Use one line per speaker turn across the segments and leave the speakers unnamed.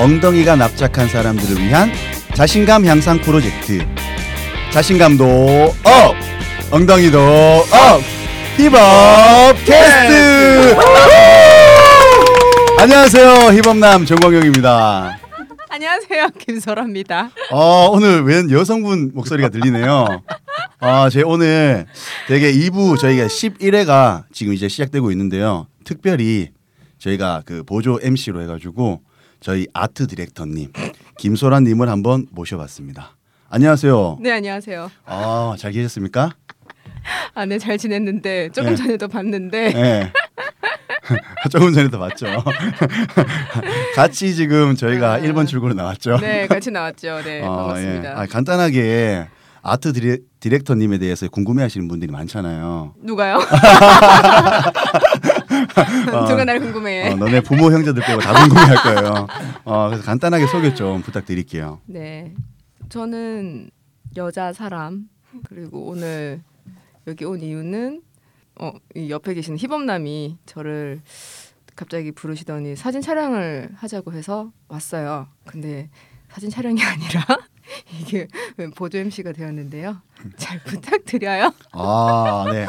엉덩이가 납작한 사람들을 위한 자신감 향상 프로젝트. 자신감도 업! 엉덩이도 업! 힙업 캐스트! 안녕하세요. 힙업남 정광영입니다.
안녕하세요 김설아입니다.
어, 오늘 웬 여성분 목소리가 들리네요. 아, 제 오늘 되게 2부 저희가 11회가 지금 이제 시작되고 있는데요. 특별히 저희가 그 보조 MC로 해가지고 저희 아트 디렉터님 김소라님을 한번 모셔봤습니다. 안녕하세요.
네 안녕하세요.
아, 잘 계셨습니까?
아네 잘 지냈는데 조금
네.
전에도 봤는데
네. 조금 전에도 봤죠. 같이 지금 저희가 1번 출구로 나왔죠.
네 같이 나왔죠. 네
어,
반갑습니다.
예. 아, 간단하게 아트 디레, 디렉터님에 대해서 궁금해하시는 분들이 많잖아요.
누가요? 누가 날 궁금해.
어, 너네 부모 형제들 빼고 다 궁금해할 거예요. 어, 그래서 간단하게 소개 좀 부탁드릴게요.
네 저는 여자 사람 그리고 오늘 여기 온 이유는 어이 옆에 계신 희범남이 저를 갑자기 부르시더니 사진 촬영을 하자고 해서 왔어요. 근데 사진 촬영이 아니라 이게 보조 MC가 되었는데요. 잘 부탁드려요.
아, 네.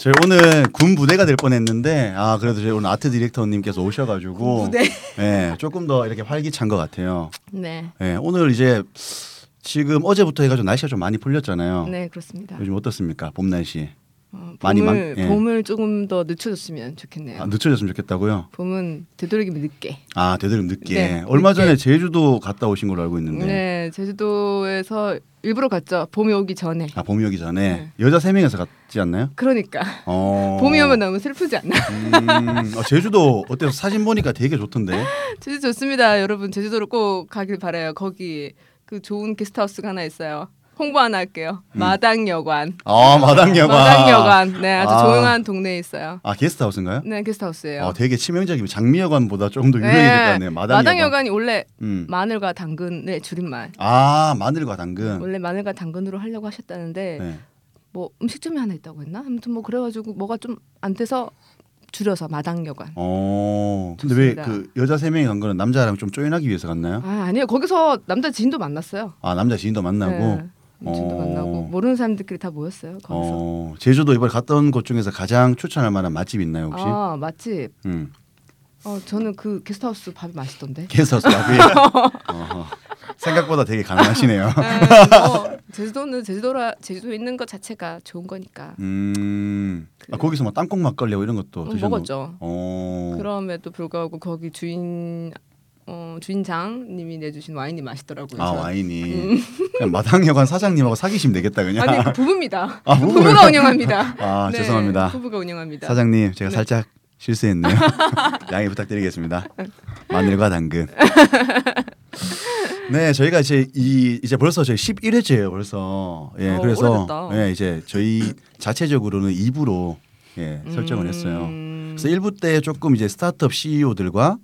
저희 오늘 군 부대가 될 뻔했는데 아 그래도 저희 오늘 아트 디렉터님께서 오셔가지고
네.
예, 조금 더 이렇게 활기찬 것 같아요.
네.
예, 오늘 이제 지금 어제부터 해가지고 날씨가 좀 많이 풀렸잖아요.
네, 그렇습니다.
요즘 어떻습니까 봄 날씨?
어,
많이 만-
봄을
예.
봄을 조금 더 늦춰줬으면 좋겠네요.
아, 늦춰졌으면 좋겠다고요.
봄은 되도록이면 늦게.
아 되도록 늦게
네,
얼마
늦게.
전에 제주도 갔다 오신 걸로 알고 있는데
네, 제주도에서 일부러 갔죠. 봄이 오기 전에.
아 봄이 오기 전에
네.
여자 세 명에서 갔지 않나요?
그러니까
어
봄이 오면 너무 슬프지 않나?
음, 어, 제주도 어때요? 사진 보니까 되게 좋던데
제주 좋습니다, 여러분. 제주도로 꼭 가길 바라요. 거기 그 좋은 게스트하우스가 하나 있어요. 홍보 하나 할게요. 마당여관.
아 음. 마당여관
마당여관. 네, 아주
아.
조용한 동네에 있어요.
아 게스트하우스인가요?
네, 게스트하우스예요.
어 되게 치명적이면 장미여관보다 조금 더 유명해질 것 같네요 마당여관
마당여관이 원래
음.
마늘과 당근의 줄임말.
아 마늘과 당근
원래 마늘과 당근으로 하려고 하셨다는데
네.
뭐 음식점이 하나 있다고 했나? 아무튼 뭐 그래가지고 뭐가 좀 안 돼서 줄여서 마당여관.
어 근데
좋습니다.
왜 그 여자 세 명이 간 거는 남자랑 좀 쪼인하기 위해서 갔나요?
아 아니에요. 거기서 남자 지인도 만났어요.
아 남자 지인도 어? 만나고
네, 지인도
어.
만나고 모르는 사람들끼리 다 모였어요. 거기서.
어 제주도 이번에 갔던 곳 중에서 가장 추천할 만한 맛집 있나요 혹시?
아 맛집.
음.
어 저는 그 게스트하우스 밥이 맛있던데.
게스트하우스 앞에 어허. 생각보다 되게 가능하시네요.
네, 뭐, 제주도는 제주도라 제주도 있는 것 자체가 좋은 거니까
음, 아, 거기서 막 땅콩 막걸리 이런 것도
그 음,
뭐 드셨나요?
먹었죠.
어,
그럼에도 불구하고 거기 주인 어, 주인장님이 내주신 와인이 맛있더라고요.
아
그래서
와인이 그냥 마당여관 사장님하고 사귀시면 되겠다 그냥.
음. 아니 그 부부입니다.
아, 부부예요?
부부가 운영합니다. 네, 그
아, 죄송합니다.
부부가 운영합니다.
사장님 제가
네.
살짝 실수했네요. 양해 부탁드리겠습니다. 마늘과 당근. 네, 저희가 이제 이 이제 벌써 저희 11회째예요. 벌써. 예,
어,
그래서
오래됐다.
예, 이제 저희 자체적으로는 2부로 예, 설정을 했어요.
음,
그래서 1부 때 조금 이제 스타트업 CEO들과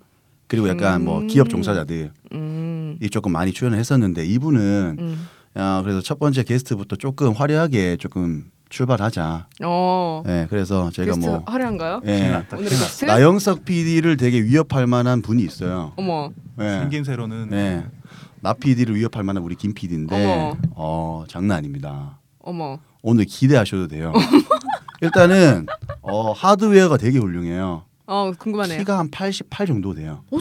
그리고 약간 뭐
음.
기업 종사자들이
음,
조금 많이 출연을 했었는데 이분은
음.
아, 그래서 첫 번째 게스트부터 조금 화려하게 조금 출발하자.
어.
예, 그래서 저희가
게스트 아,
뭐
화려한가요?
예,
오늘 게스트?
나영석 PD를 되게 위협할 만한 분이 있어요.
어머.
예.
생김새로는
네. 나 PD를 위협할 만한 우리 김 PD인데
어머.
어, 장난 아닙니다.
어머.
오늘 기대하셔도 돼요. 일단은 어, 하드웨어가 되게 훌륭해요.
어, 궁금하네요.
키가 한 88 정도 돼요.
어,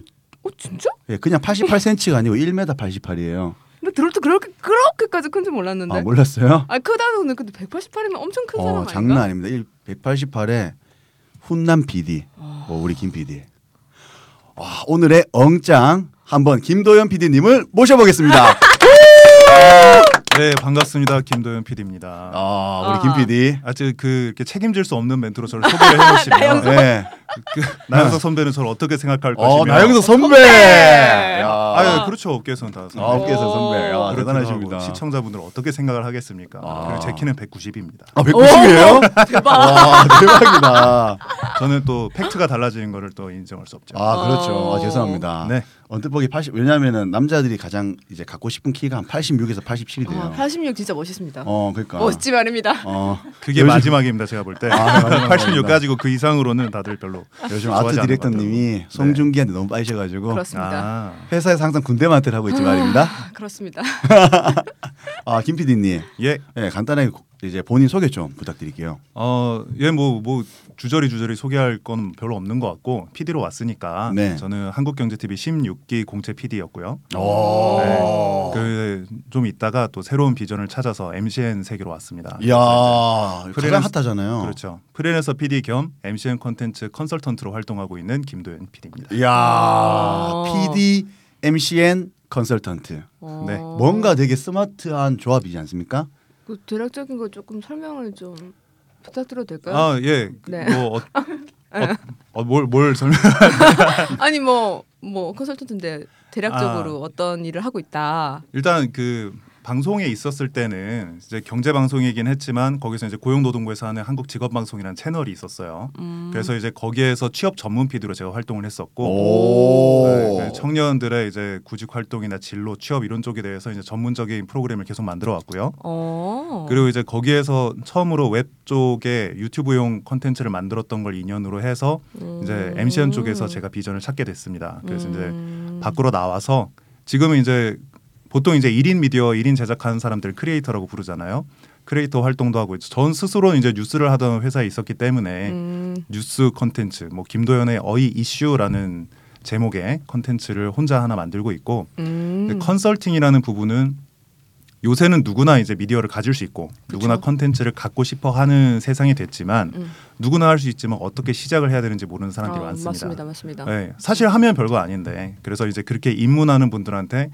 진짜?
예, 그냥 88cm가 아니고 1m 88이에요.
나 들을 때 그렇게 그렇게까지 큰 줄 몰랐는데.
아 몰랐어요?
아 크다는 오늘 근데 188이면 엄청 큰 사람
어
아닌가?
장난 아닙니다. 188에 훈남 PD,
아.
어, 우리 김 PD. 와 오늘의 엉짱 한번 김도현 PD님을 모셔보겠습니다.
네 반갑습니다 김도현 PD입니다. 아.
아 우리
아.
김 PD.
직그 이렇게 책임질 수 없는 멘트로 저를 소개를 해보시면
예.
그, 나영석 선배는 저를 어떻게 생각할
어
것이며
나영석 선배.
선배! 어.
야.
아 예, 그렇죠 업계에서는 다 선배
아 업계에서 선배. 아
그렇기도
대단하십니다.
하고 시청자분들은 어떻게 생각을 하겠습니까?
아.
그리고 제 키는 190입니다.
아 190이에요? 대박. 와 대박이다.
저는 또 팩트가 달라지는 거를 또 인정할 수 없죠.
아 그렇죠.
어.
아, 죄송합니다.
네.
언뜻 보기 80 왜냐하면은 남자들이 가장 이제 갖고 싶은 키가 한 86에서 87이 돼요.
아, 86 진짜 멋있습니다.
어
아.
그러니까.
멋지 말입니다.
어
그게
요즘-
마지막입니다. 제가 볼 때.
아, 맞아요.
86까지고 그 이상으로는 다들 별로
요즘
좋아하지
아트
않는 것
디렉터님이
같아요. 네.
송중기한테 너무 빠지셔가지고
그렇습니다.
아,
회사에서 항상 군대 마트를 하고 있지 말입니다.
아, 그렇습니다.
아 김PD님,
네.
예.
예 간단하게 고- 이제 본인 소개 좀 부탁드릴게요.
어, 예, 뭐, 뭐 주저리 주저리 소개할 건 별로 없는 것 같고 PD로 왔으니까
네.
저는 한국경제TV 16기 공채 PD였고요.
오.
네.
그좀 있다가 또 새로운 비전을 찾아서 MCN 세계로 왔습니다.
이야 가장
아, 프리랜서-
핫하잖아요.
그렇죠. 프리랜서 PD 겸 MCN 컨텐츠 컨설턴트로 활동하고 있는 김도현 PD입니다.
이야
어.
PD, MCN, 컨설턴트.
어,
네.
뭔가 되게 스마트한 조합이지 않습니까?
그 대략적인 거 조금 설명을 좀 부탁드려도 될까요?
아, 예.
네.
뭐 어, 어, 어, 뭘, 뭘 설명?
아니 뭐 뭐 컨설턴트인데 대략적으로
아.
어떤 일을 하고 있다.
일단 그 방송에 있었을 때는 이제 경제 방송이긴 했지만 거기서 이제 고용노동부에서 하는 한국 직업 방송이라는 채널이 있었어요.
음.
그래서 이제 거기에서 취업 전문 PD로 제가 활동을 했었고
오.
네, 그 청년들의 이제 구직 활동이나 진로, 취업 이런 쪽에 대해서 이제 전문적인 프로그램을 계속 만들어 왔고요.
어.
그리고 이제 거기에서 처음으로 웹 쪽에 유튜브용 컨텐츠를 만들었던 걸 인연으로 해서
음.
이제 MCN 쪽에서 제가 비전을 찾게 됐습니다. 그래서 이제
음.
밖으로 나와서 지금은 이제 보통 이제 1인 미디어 1인 제작하는 사람들 크리에이터라고 부르잖아요. 크리에이터 활동도 하고 있죠. 전 스스로는 이제 뉴스를 하던 회사에 있었기 때문에
음.
뉴스 컨텐츠 뭐 김도연의 어이 이슈라는 제목의 컨텐츠를 혼자 하나 만들고 있고
음.
근데 컨설팅이라는 부분은 요새는 누구나 이제 미디어를 가질 수 있고 누구나 컨텐츠를 갖고 싶어 하는 세상이 됐지만
음.
누구나 할 수 있지만 어떻게 시작을 해야 되는지 모르는 사람들이
아,
많습니다.
맞습니다, 맞습니다.
네, 사실 하면 별거 아닌데 그래서 이제 그렇게 입문하는 분들한테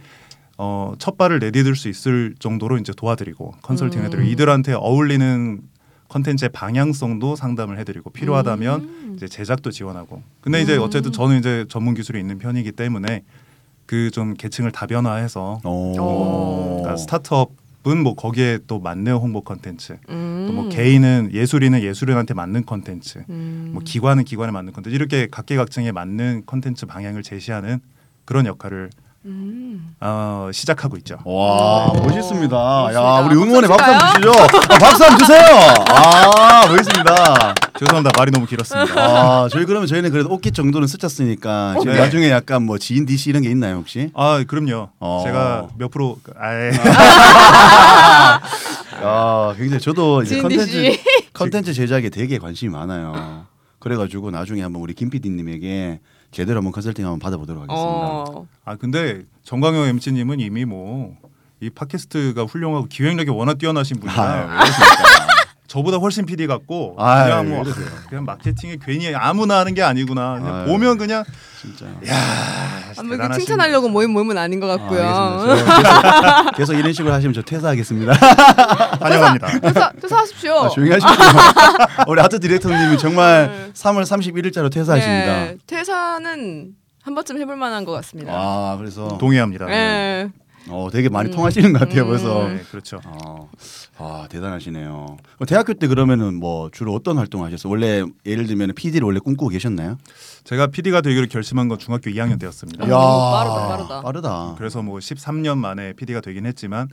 어, 첫 발을 내디딜 수 있을 정도로 이제 도와드리고 컨설팅 해드리고
음.
이들한테 어울리는 컨텐츠의 방향성도 상담을 해드리고 필요하다면
음.
이제 제작도 지원하고 근데 이제
음.
어쨌든 저는 이제 전문 기술이 있는 편이기 때문에 그 좀 계층을 다변화해서
오.
그러니까 스타트업은 뭐 거기에 또 맞는 홍보 컨텐츠
음.
또 뭐 개인은 예술인은 예술인한테 맞는 컨텐츠
음.
뭐 기관은 기관에 맞는 컨텐츠 이렇게 각계각층에 맞는 컨텐츠 방향을 제시하는 그런 역할을
음.
어, 시작하고 있죠.
와
오.
멋있습니다. 야
멋있습니다.
우리 응원의 박수
박수
한번 주시죠. 아, 박수 한번 주세요. 아 멋있습니다.
죄송합니다 말이 너무 길었습니다.
아 저희 그러면 저희는 그래도 옷깃 정도는 스쳤으니까
어,
지금
네.
나중에 약간 뭐 지인 DC 이런 게 있나요 혹시?
아 그럼요.
어.
제가 몇 프로 아예
야 아, 굉장히 저도 이제
아, 지인
컨텐츠
DC.
컨텐츠 제작에 되게 관심이 많아요. 그래가지고 나중에 한번 우리 김 PD님에게 제대로 한번 컨설팅 한번 받아보도록 하겠습니다.
어.
아 근데 정광영 MC님은 이미 뭐 이 팟캐스트가 훌륭하고 기획력이 워낙 뛰어나신 분이라
아, 그렇습니까?
저보다 훨씬 PD 같고
아유,
그냥 뭐
왜 이러세요.
그냥 마케팅에 괜히 아무나 하는 게 아니구나 그냥
아유.
보면 그냥
진짜.
아,
아, 뭐 이렇게
대단하신
칭찬하려고 모임 모임은 아닌 것 같고요.
아, 알겠습니다. 저 계속, 계속 이런 식으로 하시면 저 퇴사하겠습니다.
분. 환영합니다.
퇴사 퇴사하십시오.
아, 조용히 하십시오. 우리 아트 디렉터님이 정말 3월 31일자로 퇴사하십니다.
음. 네, 퇴사는 한 번쯤 해볼 만한 것 같습니다.
아 그래서
어, 동의합니다.
예.
어, 되게 많이 통하시는 것 같아요.
음.
그래서
네, 그렇죠.
아, 아 대단하시네요. 어, 대학교 때 그러면은 뭐 주로 어떤 활동을 하셨어요? 원래 예를 들면 PD를 원래 꿈꾸고 계셨나요?
제가 PD가 되기를 결심한 건 중학교 2학년 때였습니다.
이야. 아, 빠르다, 빠르다.
빠르다.
그래서 뭐 13년 만에 PD가 되긴 했지만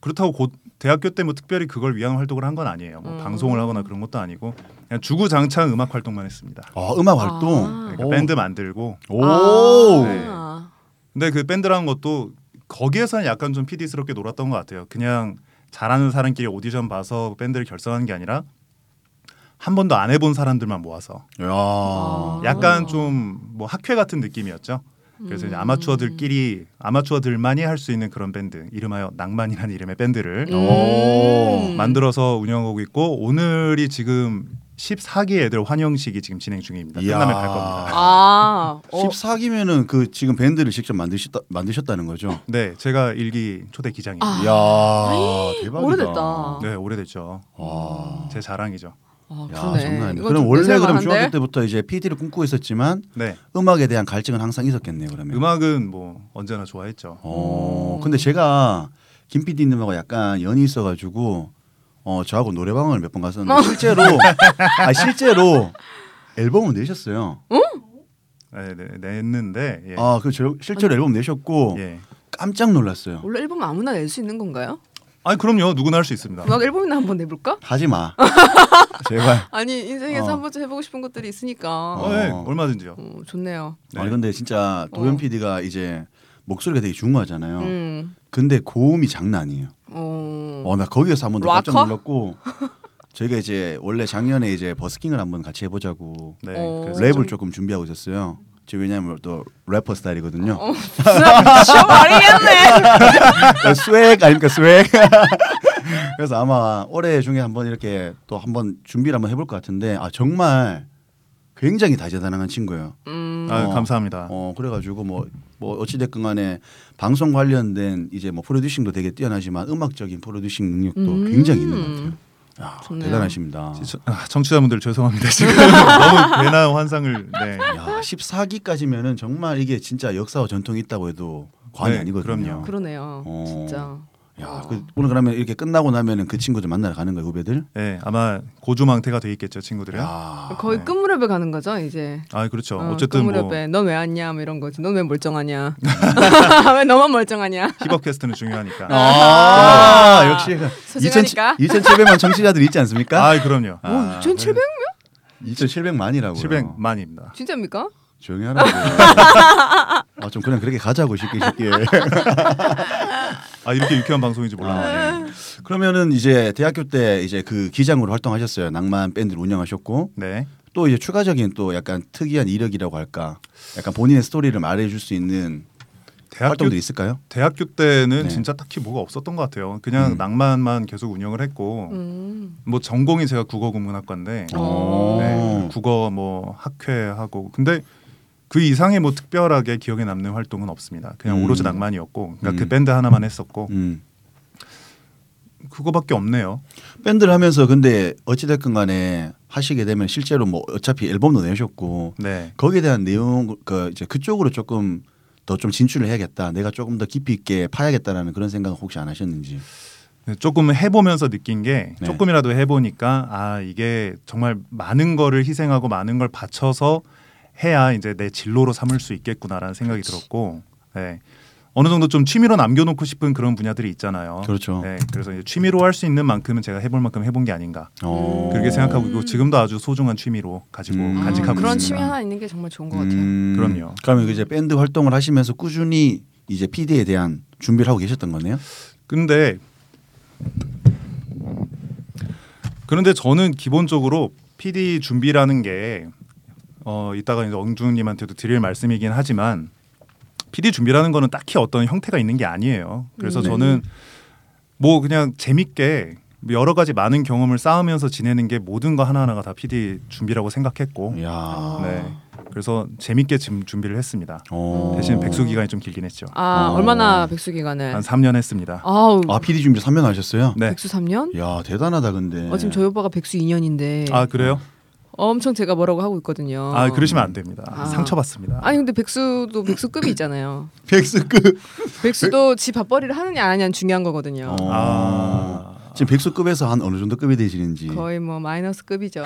그렇다고 곧 대학교 때 뭐 특별히 그걸 위한 활동을 한 건 아니에요. 뭐
음.
방송을 하거나 그런 것도 아니고 그냥 주구장창 음악 활동만 했습니다.
아, 음악 활동.
아.
그러니까 밴드 만들고
오.
아.
네. 근데 그 밴드라는 것도 거기에서는 약간 좀 PD스럽게 놀았던 것 같아요. 그냥 잘하는 사람끼리 오디션 봐서 밴드를 결성한 게 아니라 한 번도 안 해본 사람들만 모아서
네. 야.
아.
약간 좀 뭐 학회 같은 느낌이었죠. 네. 그래서 이제
음.
아마추어들끼리 아마추어들만이 할 수 있는 그런 밴드 이름하여 낭만이라는 이름의 밴드를
오.
음.
만들어서 운영하고 있고 오늘이 지금 14기 애들 환영식이 지금 진행 중입니다.
이야.
끝나면 갈 겁니다.
아, 어,
14기면은 그 지금 밴드를 직접 만드셨다 만드셨다는 거죠?
네, 제가 일기 초대 기장입니다.
아.
이야 대박이다.
오래됐다.
네, 오래됐죠.
아. 와.
제 자랑이죠.
아,
야,
그러네.
장난 아니다.
이건
그럼
좀
원래 그럼
내세울만한데?
중학교 때부터 이제 PD를 꿈꾸고 있었지만
네,
음악에 대한 갈증은 항상 있었겠네요. 그러면.
음악은 뭐 언제나 좋아했죠.
어,
음.
근데 제가 김 PD님하고 약간 연이
어.
있어가지고 어 저하고 노래방을 몇 번 갔었는데 실제로 아 실제로 앨범을 내셨어요.
예.
네, 네, 냈는데 예.
아, 그 저- 실제로 앨범 내셨고
예.
깜짝 놀랐어요.
원래 앨범 아무나 낼 수 있는 건가요?
아니 그럼요 누구나 할 수 있습니다.
음악 앨범이나 한번 내볼까?
하지 마. 제발.
아니 인생에서
어.
한 번쯤 해보고 싶은 것들이 있으니까
어,
어.
예,
어.
얼마든지요.
좋네요.
네.
아니 근데 진짜 도현
어.
PD가 이제 목소리가 되게
어.
중후하잖아요.
음,
근데 고음이 장난 아니에요.
어,
어, 나 거기에서 한 번 더
락커?
깜짝 놀랐고 저희가 이제 원래 작년에 이제 버스킹을 한번 같이 해보자고
네,
어.
그래서
랩-
랩을 조금 준비하고 있었어요. 저 왜냐면 또 래퍼 스타일이거든요.
어. 미쳐 버리겠네.
그러니까 스웩 아닙니까 스웩. 그래서 아마 올해 중에 한번 이렇게 또 한번 준비를 한번 해볼 것 같은데 아 정말 굉장히 다재다능한 친구예요.
음,
아,
어.
감사합니다.
어 그래가지고 뭐. 뭐 어찌됐건 간에 방송 관련된 이제 뭐 프로듀싱도 되게 뛰어나지만 음악적인 프로듀싱 능력도
음.
굉장히 있는 것 같아요. 야,
좋네요.
대단하십니다.
시- 아, 청취자분들 죄송합니다 지금 너무 괜한 환상을 네.
야 14기까지면은 정말 이게 진짜 역사와 전통이 있다고 해도 과언이
네,
아니거든요.
그럼요.
그러네요.
어.
진짜.
야,
어.
그, 오늘 그러면 이렇게 끝나고 나면은 그 친구들 만나러 가는 거예요, 후배들?
네, 아마 고조망태가 돼 있겠죠 친구들이. 아,
야.
거의
네.
끝 무렵에 가는 거죠 이제.
그렇죠.
어,
어, 쨌든
끝
뭐
무렵에 넌 왜 왔냐 뭐 이런 거지. 넌 왜 멀쩡하냐. 왜 너만 멀쩡하냐.
힙합 퀘스트는 중요하니까.
어. 아, 역시
소중하니까.
2,700만 청취자들이 있지 않습니까?
아, 그럼요. 아,
어,
오, 2,700?
2,700만이라고요.
700만입니다. 어.
진짜입니까?
조용히 하라고. 아, 좀 그냥 그렇게 가자고 쉽게 쉽게.
아 이렇게 유쾌한 방송인지
아.
몰랐네.
그러면은 이제 대학교 때 이제 그 기장으로 활동하셨어요. 낭만 밴드를 운영하셨고
네.
또 이제 추가적인 또 약간 특이한 이력이라고 할까? 약간 본인의 스토리를 말해 줄 수 있는
대학교
활동들이 있을까요?
대학교 때는
네.
진짜 딱히 뭐가 없었던 것 같아요. 그냥
음.
낭만만 계속 운영을 했고
음.
뭐 전공이 제가 국어국문학과인데
어.
네, 국어 뭐 학회하고 근데 그 이상의 뭐 특별하게 기억에 남는 활동은 없습니다. 그냥
음.
오로지 낭만이었고 그러니까 그
음.
밴드 하나만 했었고
음.
그거밖에 없네요.
밴드를 하면서 근데 어찌됐건 간에 하시게 되면 실제로 뭐 어차피 앨범도 내셨고
네.
거기에 대한 내용 그 이제 그쪽으로 조금 더 좀 진출을 해야겠다. 내가 조금 더 깊이 있게 파야겠다라는 그런 생각은 혹시 안 하셨는지.
네, 조금 해보면서 느낀 게
네.
조금이라도 해보니까 아 이게 정말 많은 거를 희생하고 많은 걸 바쳐서 해야 이제 내 진로로 삼을 수 있겠구나라는 생각이 들었고 네. 어느 정도 좀 취미로 남겨놓고 싶은 그런 분야들이 있잖아요.
그렇죠.
네, 그래서 이제 취미로 할 수 있는 만큼은 제가 해볼 만큼 해본 게 아닌가
어.
그렇게 생각하고 있고
음.
지금도 아주 소중한 취미로 가지고
음.
간직하고
아, 그런 취미
있습니다.
하나 있는 게 정말 좋은 것 같아요.
음.
그럼요.
그러면 이제 밴드 활동을 하시면서 꾸준히 이제 PD에 대한 준비를 하고 계셨던 거네요.
근데 그런데 저는 기본적으로 PD 준비라는 게 어, 이따가 이제 엉중님한테도 드릴 말씀이긴 하지만 PD 준비라는 거는 딱히 어떤 형태가 있는 게 아니에요. 그래서
음. 네.
저는 뭐 그냥 재밌게 여러 가지 많은 경험을 쌓으면서 지내는 게 모든 거 하나하나가 다 PD 준비라고 생각했고
예.
야.
네. 그래서 재밌게 지금 준비를 했습니다.
어.
대신 백수 기간이 좀 길긴 했죠.
아
어.
얼마나 백수 기간을?
한 3년 했습니다.
아우
아 PD 준비 3년 하셨어요?
네. 예.
백수 3년?
야 대단하다 근데.
어 지금 저희 오빠가 백수 2년인데
아 그래요?
엄청 제가 뭐라고 하고 있거든요.
아 그러시면 안 됩니다.
어. 아.
상처받습니다.
아니 근데 백수도 백수급이 있잖아요.
백수급.
백수도 지 밥벌이를 하느냐 안 하냐는 중요한 거거든요.
어.
아.
지금 백수급에서 한 어느 정도 급이 되시는지.
거의 뭐 마이너스 급이죠.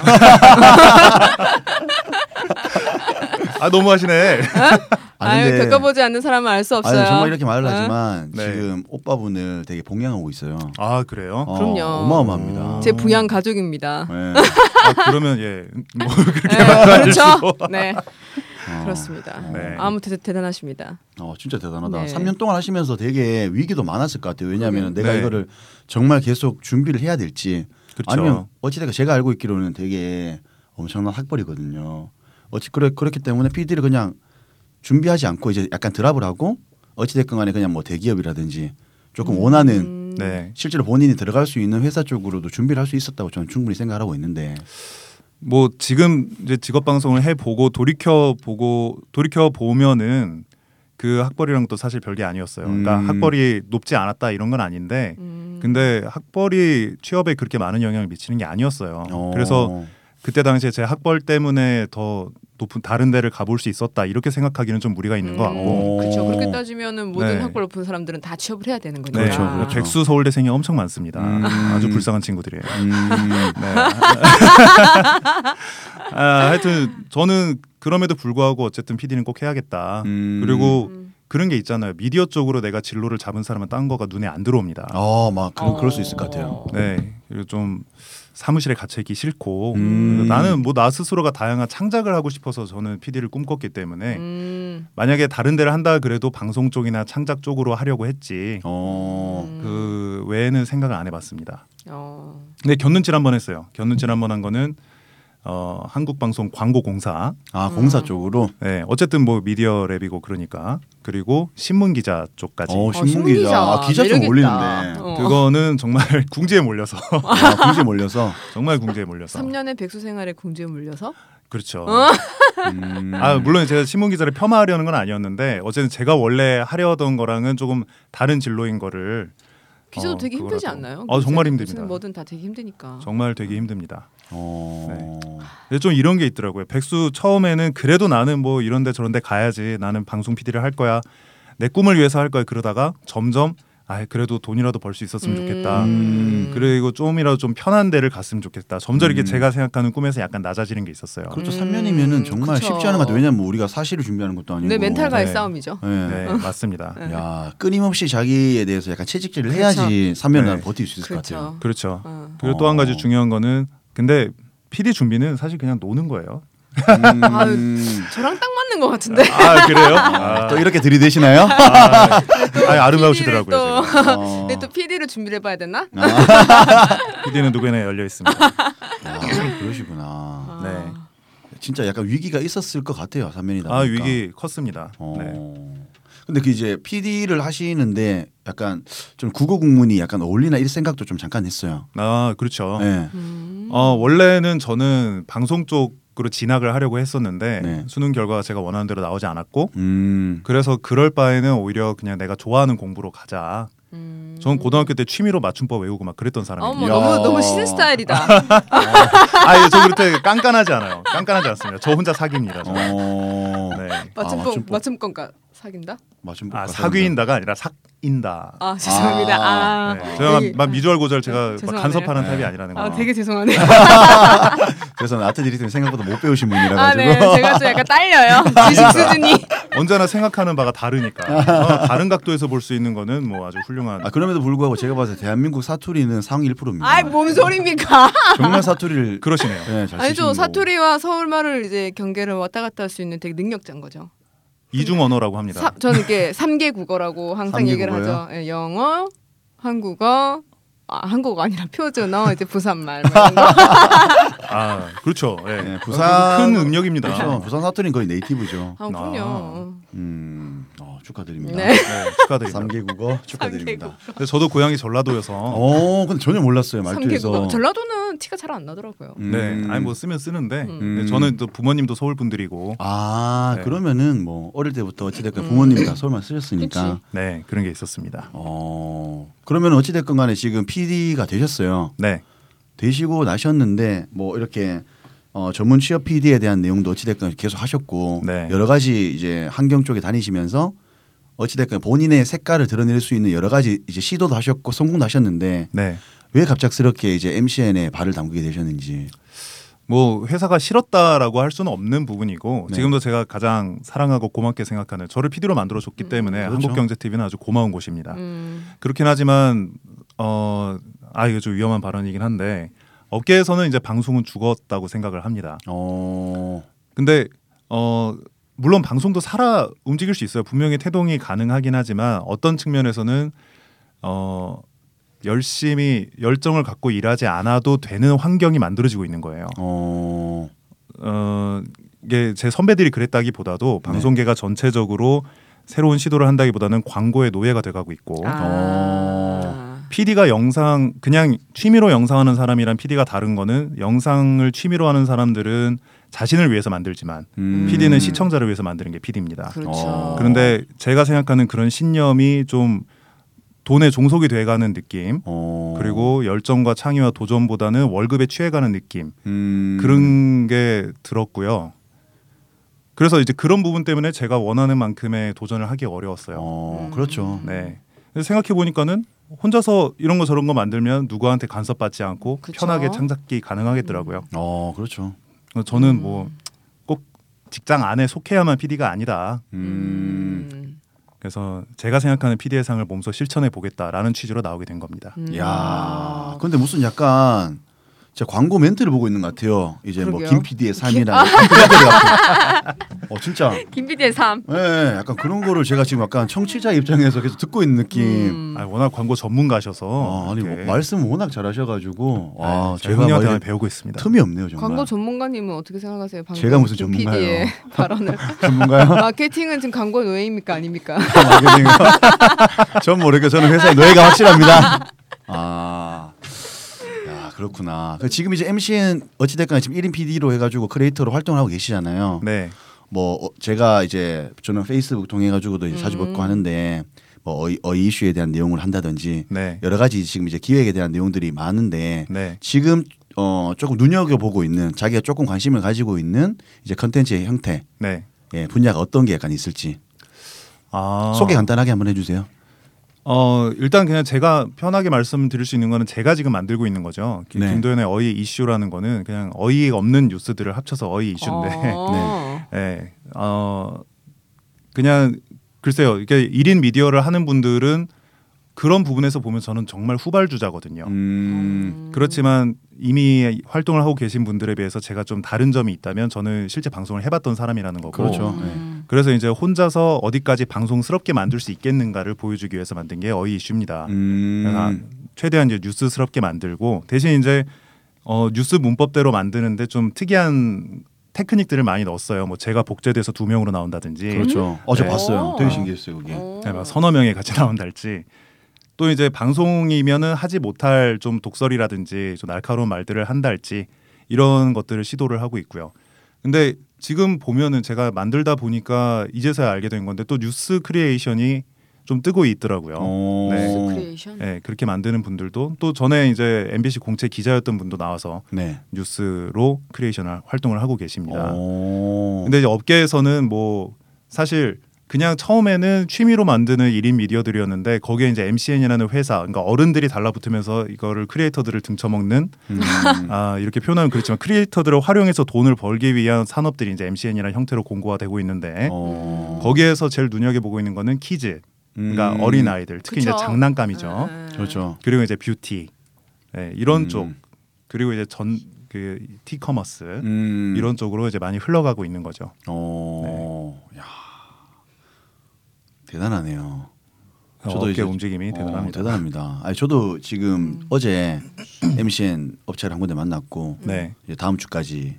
아 너무하시네.
아유 겪어보지 않는 사람은 알 수 없어요.
아니, 정말 이렇게 말을 하지만
네.
지금 오빠분을 되게 봉양하고 있어요.
아 그래요?
어,
그럼요. 음.
어마어마합니다.
제 부양 가족입니다.
네.
아, 그러면 예. 뭐 그렇게
네,
말할 수
그렇죠. 네
뭐. 어,
그렇습니다.
네.
아무튼 대- 대단하십니다.
어, 진짜 대단하다.
네.
3년 동안 하시면서 되게 위기도 많았을 것 같아요. 왜냐하면
네.
내가 이거를 정말 계속 준비를 해야 될지
그렇죠.
아니면 어찌됐건 제가 알고 있기로는 되게 엄청난 학벌이거든요. 어찌 그래, 그렇기 때문에 PD를 그냥 준비하지 않고 이제 약간 드랍을 하고 어찌됐건 간에 그냥 뭐 대기업이라든지 조금 원하는
음,
네.
실제로 본인이 들어갈 수 있는 회사 쪽으로도 준비를 할 수 있었다고 저는 충분히 생각하고 있는데
뭐 지금 이제 직업 방송을 해 보고 돌이켜 보고 돌이켜 보면은 그 학벌이랑 또 사실 별게 아니었어요. 그러니까
음.
학벌이 높지 않았다 이런 건 아닌데
음,
근데 학벌이 취업에 그렇게 많은 영향을 미치는 게 아니었어요.
어.
그래서 그때 당시에 제 학벌 때문에 더 높은 다른 데를 가볼 수 있었다 이렇게 생각하기는 좀 무리가 있는 것 같고
음.
그렇죠. 그렇게
오.
따지면은 모든
네.
학벌 높은 사람들은 다 취업을 해야 되는 거니까.
네,
그렇죠, 그렇죠.
백수 서울대생이 엄청 많습니다.
음.
아주 불쌍한 친구들이에요.
음,
네. 아, 하여튼 저는 그럼에도 불구하고 어쨌든 PD는 꼭 해야겠다.
음.
그리고
음.
그런 게 있잖아요. 미디어 쪽으로 내가 진로를 잡은 사람은 딴 거가 눈에 안 들어옵니다.
아, 어막 그런 그럴 수 있을
어.
것 같아요.
네. 그리고 좀 사무실에 갇혀 있기 싫고
음.
나는 뭐 나 스스로가 다양한 창작을 하고 싶어서 저는 PD를 꿈꿨기
네.
때문에
음.
만약에 다른 데를 한다 그래도 방송 쪽이나 창작 쪽으로 하려고 했지.
어.
음.
그 외에는 생각을 안 해봤습니다.
어.
근데 네, 견눈질 한 번 했어요. 견눈질 한 번 한 거는 어, 한국방송 광고공사.
아
음.
공사 쪽으로.
네, 어쨌든 뭐 미디어 랩이고 그러니까 그리고 신문 기자 쪽까지.
어
아,
신문 기자. 아, 기자 좀
매력 있다.
올리는데.
어.
그거는 아. 정말 궁지에 몰려서
아, 공지에 몰려서.
정말 궁지에 몰려서
3년의 어? 백수 생활에 궁지에 물려서
그렇죠.
음.
아 물론 제가 신문 기자를 폄하하려는 건 아니었는데 어쨌든 제가 원래 하려던 거랑은 조금 다른 진로인 거를
기자도
어,
되게 힘들지
그거라도.
않나요?
어, 정말
무슨-
힘듭니다.
무슨 뭐든 다 되게 힘드니까.
정말 되게 힘듭니다.
어.
근데 좀 이런 게 있더라고요. 백수 처음에는 그래도 나는 뭐 이런데 저런데 가야지. 나는 방송 PD를 할 거야. 내 꿈을 위해서 할 거야. 그러다가 점점 아 그래도 돈이라도 벌 수 있었으면 좋겠다.
음.
그리고 좀이라도 좀 편한 데를 갔으면 좋겠다. 점점 이렇게
음.
제가 생각하는 꿈에서 약간 낮아지는 게 있었어요.
그렇죠.
음,
삼 3년이면은 정말
그쵸.
쉽지 않은 것 같아요. 왜냐면 뭐 우리가 사실을 준비하는 것도 아니고.
내 멘탈과의
네.
싸움이죠.
예.
네, 맞습니다.
네.
야 끊임없이 자기에 대해서 약간 채찍질을
그쵸.
해야지 3년을
네.
버틸 수 있을 것 같아요.
그렇죠.
그렇죠.
어.
그리고 또 한
어.
가지 중요한 거는 근데 PD 준비는 사실 그냥 노는 거예요.
음.
아유. 저랑 딱 맞는 것 같은데.
아 그래요?
아,
아,
또 이렇게 들이대시나요?
아, 아름다우시더라고요.
또-
제가.
어.
근데 또 PD를 준비를 해봐야 되나?
아,
PD는 누구나 열려 있습니다.
아,
아,
그러시구나.
네.
진짜 약간 위기가 있었을 것 같아요. 3년이다 보니까.
아 위기 컸습니다.
그러니까. 어.
네.
근데 그 이제 PD를 하시는데 약간 좀 국어 국문이 약간 어울리나 이런 생각도 좀 잠깐 했어요.
아 그렇죠.
네.
음.
어, 원래는 저는 방송 쪽으로 진학을 하려고 했었는데
네.
수능 결과가 제가 원하는 대로 나오지 않았고
음.
그래서 그럴 바에는 오히려 그냥 내가 좋아하는 공부로 가자.
음.
저는 고등학교 때 취미로 맞춤법 외우고 막 그랬던 사람이에요.
어머
야.
너무 너무 신은 스타일이다.
아, 예, 저 그렇게 깐깐하지 않아요. 깐깐하지 않습니다. 저 혼자 사기입니다. 저.
어.
네.
아,
맞춤법
맞춤법.
맞춤법과 사귄다?
맞춤법
아,
같은데.
사귀인다가 아니라 삭인다.
아 죄송합니다. 아,
네. 제가
되게-
막 미주얼 고절 제가 막
죄송하네요.
간섭하는
네.
타입이 아니라는 거.
아 되게 죄송하네요.
그래서 아트 디렉터는 생각보다 못 배우신 분이라
아
가지고.
네, 제가 좀 약간 딸려요. 지식 수준이.
언제나 생각하는 바가 다르니까. 어, 다른 각도에서 볼 수 있는 거는 뭐 아주 훌륭한.
아, 그럼에도 불구하고 제가 봐서 대한민국 사투리는 상 1%입니다.
아이 뭔
아,
소리입니까?
정말 사투리를
그러시네요.
네, 잘
아니죠
쓰시는
사투리와 서울말을 이제 경계를 왔다 갔다 할 수 있는 되게 능력자인 거죠.
이중 언어라고 합니다.
사, 저는 이게 3개 국어라고 항상
삼개
얘기를
국어요?
하죠. 예, 영어, 한국어, 아, 한국어가 아니라 표준어, 이제 부산말 뭐 이런 거.
아, 그렇죠. 예.
네, 부산-
큰 능력입니다. 어,
거고. 그렇죠. 부산 사투리는 거의 네이티브죠.
아, 그럼요.
음, 어, 축하드립니다.
네.
네, 축하드립니다.
3개국어 축하드립니다.
근데 저도 고향이 전라도여서
어, 근데 전혀 몰랐어요 말투에서.
3개 국어. 전라도는 티가 잘 안 나더라고요.
음.
네, 아니 뭐 쓰면 쓰는데
음.
근데 저는 또 부모님도 서울 분들이고
아
네.
그러면은 뭐 어릴 때부터 어찌됐건
음.
부모님이 다 서울만 쓰셨으니까.
그치.
네 그런 게 있었습니다.
어, 그러면 어찌됐건 간에 지금 PD가 되셨어요.
네,
되시고 나셨는데 뭐 이렇게 어, 전문 취업 PD에 대한 내용도 어찌됐건 계속 하셨고
네.
여러 가지 이제 환경 쪽에 다니시면서 어찌됐건 본인의 색깔을 드러낼 수 있는 여러 가지 이제 시도도 하셨고 성공도 하셨는데
네.
왜 갑작스럽게 이제 MCN에 발을 담그게 되셨는지.
뭐 회사가 싫었다라고 할 수는 없는 부분이고
네.
지금도 제가 가장 사랑하고 고맙게 생각하는 저를 PD로 만들어 줬기 때문에
그렇죠.
한국경제TV는 아주 고마운 곳입니다.
음.
그렇긴 하지만 어, 아 이거 좀 위험한 발언이긴 한데 업계에서는 이제 방송은 죽었다고 생각을 합니다.
어.
근데 어 물론 방송도 살아 움직일 수 있어요. 분명히 태동이 가능하긴 하지만 어떤 측면에서는 어 열심히 열정을 갖고 일하지 않아도 되는 환경이 만들어지고 있는 거예요.
어.
어 이게 제 선배들이 그랬다기보다도 방송계가 전체적으로 새로운 시도를 한다기보다는 광고의 노예가 돼가고 있고
아.
PD가 영상 그냥 취미로 영상하는 사람이랑 PD가 다른 거는 영상을 취미로 하는 사람들은 자신을 위해서 만들지만
음.
PD는 시청자를 위해서 만드는 게 PD입니다.
그렇죠.
어.
그런데 제가 생각하는 그런 신념이 좀 돈에 종속이 돼가는 느낌
어.
그리고 열정과 창의와 도전보다는 월급에 취해가는 느낌
음.
그런 게 들었고요. 그래서 이제 그런 부분 때문에 제가 원하는 만큼의 도전을 하기 어려웠어요.
음.
어, 그렇죠.
네. 생각해 보니까는 혼자서 이런 거 저런 거 만들면 누구한테 간섭받지 않고
그쵸.
편하게 창작이 가능하겠더라고요.
어, 그렇죠.
음.
그래서 저는 뭐 꼭 직장 안에 속해야만 PD가 아니다.
음.
음.
그래서 제가 생각하는 PD의 상을 몸소 실천해 보겠다라는 취지로 나오게 된 겁니다.
음.
야. 근데 무슨 약간 제 광고 멘트를 보고 있는 것 같아요. 이제
그러게요. 아.
뭐김 PD의 삶이랑 어 진짜
김 PD의 삶.
예, 예, 약간 그런 거를 제가 지금 약간 청취자 입장에서 계속 듣고 있는 느낌.
음.
아, 워낙 광고 전문가셔서
아, 아니 뭐
이렇게
말씀 워낙 잘하셔가지고 아,
아,
제가 막
재훈이한테
이런
배우고 있습니다.
틈이 없네요 정말.
광고 전문가님은 어떻게 생각하세요? 방금 그
제가 무슨
김 PD의 발언을.
전문가요?
마케팅은 지금 광고 노예입니까 아닙니까?
마케팅은? 전 모르겠고 저는 회사의 노예가 확실합니다. 아, 야 그렇구나. 그 지금 이제 MCN 어찌됐건 지금 1인 PD로 해가지고 크리에이터로 활동을 하고 계시잖아요.
네.
뭐 어, 제가 이제 저는 페이스북 통해 가지고도 이제 자주
음.
뵙고 하는데 뭐 어이, 어이 이슈에 대한 내용을 한다든지
네.
여러 가지 지금 이제 기획에 대한 내용들이 많은데
네.
지금 어 조금 눈여겨 보고 있는 자기가 조금 관심을 가지고 있는 이제 컨텐츠의 형태
네.
예, 분야가 어떤 게 약간 있을지
아.
소개 간단하게 한번 해주세요.
어 일단 그냥 제가 편하게 말씀드릴 수 있는 거는 제가 지금 만들고 있는 거죠. 김-
네.
김도연의 어이 이슈라는 거는 그냥 어이 없는 뉴스들을 합쳐서 어이 이슈인데,
어.
네.
예, 어 그냥 글쎄요, 이게 일인 미디어를 하는 분들은 그런 부분에서 보면 저는 정말 후발주자거든요.
음,
그렇지만 이미 활동을 하고 계신 분들에 비해서 제가 좀 다른 점이 있다면 저는 실제 방송을 해봤던 사람이라는 거고,
그렇죠.
음.
그래서 이제 혼자서 어디까지 방송스럽게 만들 수 있겠는가를 보여주기 위해서 만든 게 어이 이슈입니다. 그래서 아,
음,
최대한 이제 뉴스스럽게 만들고 대신 이제 어, 뉴스 문법대로 만드는데 좀 특이한 테크닉들을 많이 넣었어요. 뭐 제가 복제돼서 두 명으로 나온다든지,
그렇죠. 어제
네.
봤어요.
오.
되게 신기했어요 그게.
어.
네, 막 서너 명이 같이 나온달지. 또 이제 방송이면은 하지 못할 좀 독설이라든지 좀 날카로운 말들을 한달지 이런 것들을 시도를 하고 있고요. 근데 지금 보면은 제가 만들다 보니까 이제서야 알게 된 건데 또 뉴스 크리에이션이 좀 뜨고 있더라고요.
어,
네.
크리에이션.
예, 그렇게 만드는 분들도 또 전에 이제 MBC 공채 기자였던 분도 나와서
네.
뉴스로 크리에이션을 활동을 하고 계십니다.
어.
뭐. 근데 이제 업계에서는 뭐 사실 그냥 처음에는 취미로 만드는 일인 미디어들이었는데 거기에 이제 MCN이라는 회사, 그러니까 어른들이 달라붙으면서 이거를 크리에이터들을 등쳐먹는
음.
아 이렇게 표현하면 그렇지만 크리에이터들을 활용해서 돈을 벌기 위한 산업들이 이제 MCN이라는 형태로 공고화되고 있는데
어.
거기에서 제일 눈여겨 보고 있는 거는 키즈, 그러니까
음.
어린 아이들, 특히
그쵸.
이제 장난감이죠.
네.
그렇죠.
그리고 이제 뷰티 예, 이런
음.
쪽 그리고 이제 전 그 티커머스
음.
이런 쪽으로 이제 많이 흘러가고 있는 거죠.
어. 야. 대단하네요. 저도
어깨
이제-
움직임이
어,
네, 대단합니다. 음.
대단합니다. 아니 저도 지금 어제 MCN 업체를 한 군데 만났고
네.
이제 다음 주까지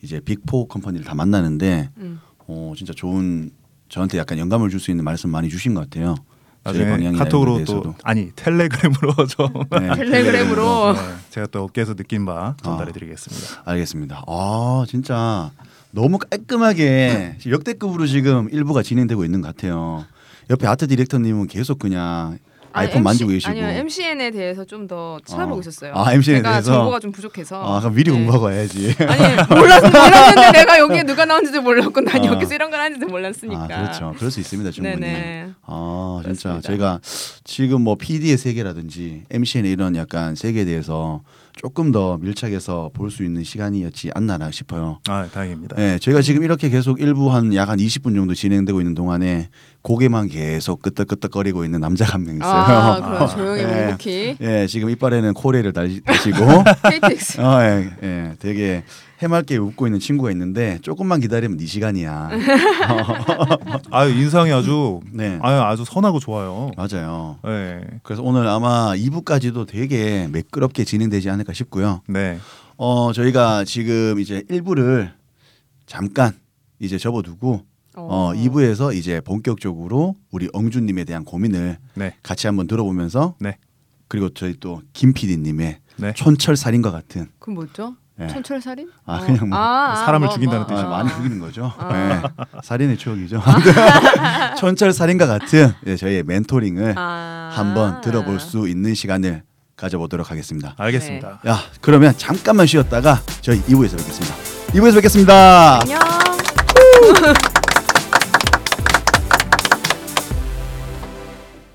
이제 빅포 컴퍼니를 다 만나는데
음.
어, 진짜 좋은 저한테 약간 영감을 줄 수 있는 말씀 많이 주신 것 같아요. 저희
나중에
방향이나
카톡으로
이런 데에서도.
또 아니 텔레그램으로 좀
네, 아. 네.
텔레그램으로.
네, 제가 또 어깨에서 느낀 바 전달해드리겠습니다.
알겠습니다. 아 진짜 너무 깔끔하게 지금 역대급으로 지금 일부가 진행되고 있는 것 같아요. 옆에 아트 디렉터님은 계속 그냥
아니,
아이폰 만지고 계시고
아니요 MCN에 대해서 좀 더 찾아보고
어.
있었어요.
아, MCN 에
제가
대해서?
정보가 좀 부족해서.
아, 그럼 미리
네.
공부하고 와야지.
아니 몰랐, 몰랐는데 내가 여기에 누가 나온지도 몰랐고 난
아.
여기서 이런 걸 하는지도 몰랐으니까.
아, 그렇죠. 그럴 수 있습니다, 충분히.
그러니까. 네네.
아, 진짜
그렇습니다.
제가 지금 뭐 PD의 세계라든지 MCN의 이런 약간 세계에 대해서 조금 더 밀착해서 볼 수 있는 시간이었지 않나 싶어요.
아 다행입니다.
네, 저희가 지금 이렇게 계속 일부 한 약 한 20분 정도 진행되고 있는 동안에 고개만 계속 끄떡끄떡거리고 있는 남자가 한 명 있어요.
아, 그럼 조용히
예.
묵묵히.
예, 지금 이빨에는 코레를 달시- 달시고
KTX.
아, 예, 예, 되게 해맑게 웃고 있는 친구가 있는데 조금만 기다리면 네 시간이야.
아유 인상이 아주
어. 네.
아유 아주 선하고 좋아요.
맞아요.
네.
그래서 오늘 아마 2부까지도 되게 매끄럽게 진행되지 않을까 싶고요.
네.
어, 저희가 지금 이제 1부를 잠깐 이제 접어두고 어, 2부에서 이제 본격적으로 우리 엉준님에 대한 고민을
네.
같이 한번 들어보면서
네.
그리고 저희 또 김PD님의
네.
촌철살인과 같은
그 뭐죠?
예.
천철살인?
아, 그냥 뭐
사람을 죽인다는
아,
뜻이죠.
많이 죽이는 거죠.
뭐. 아.
예. 살인의 추억이죠. 촌철살인과 같은 예, 저희의 멘토링을
아.
한번 들어볼 수 있는 시간을 가져보도록 하겠습니다.
알겠습니다.
야, 그러면 잠깐만 쉬었다가 저희 2부에서 뵙겠습니다. 2부에서 뵙겠습니다.
안녕.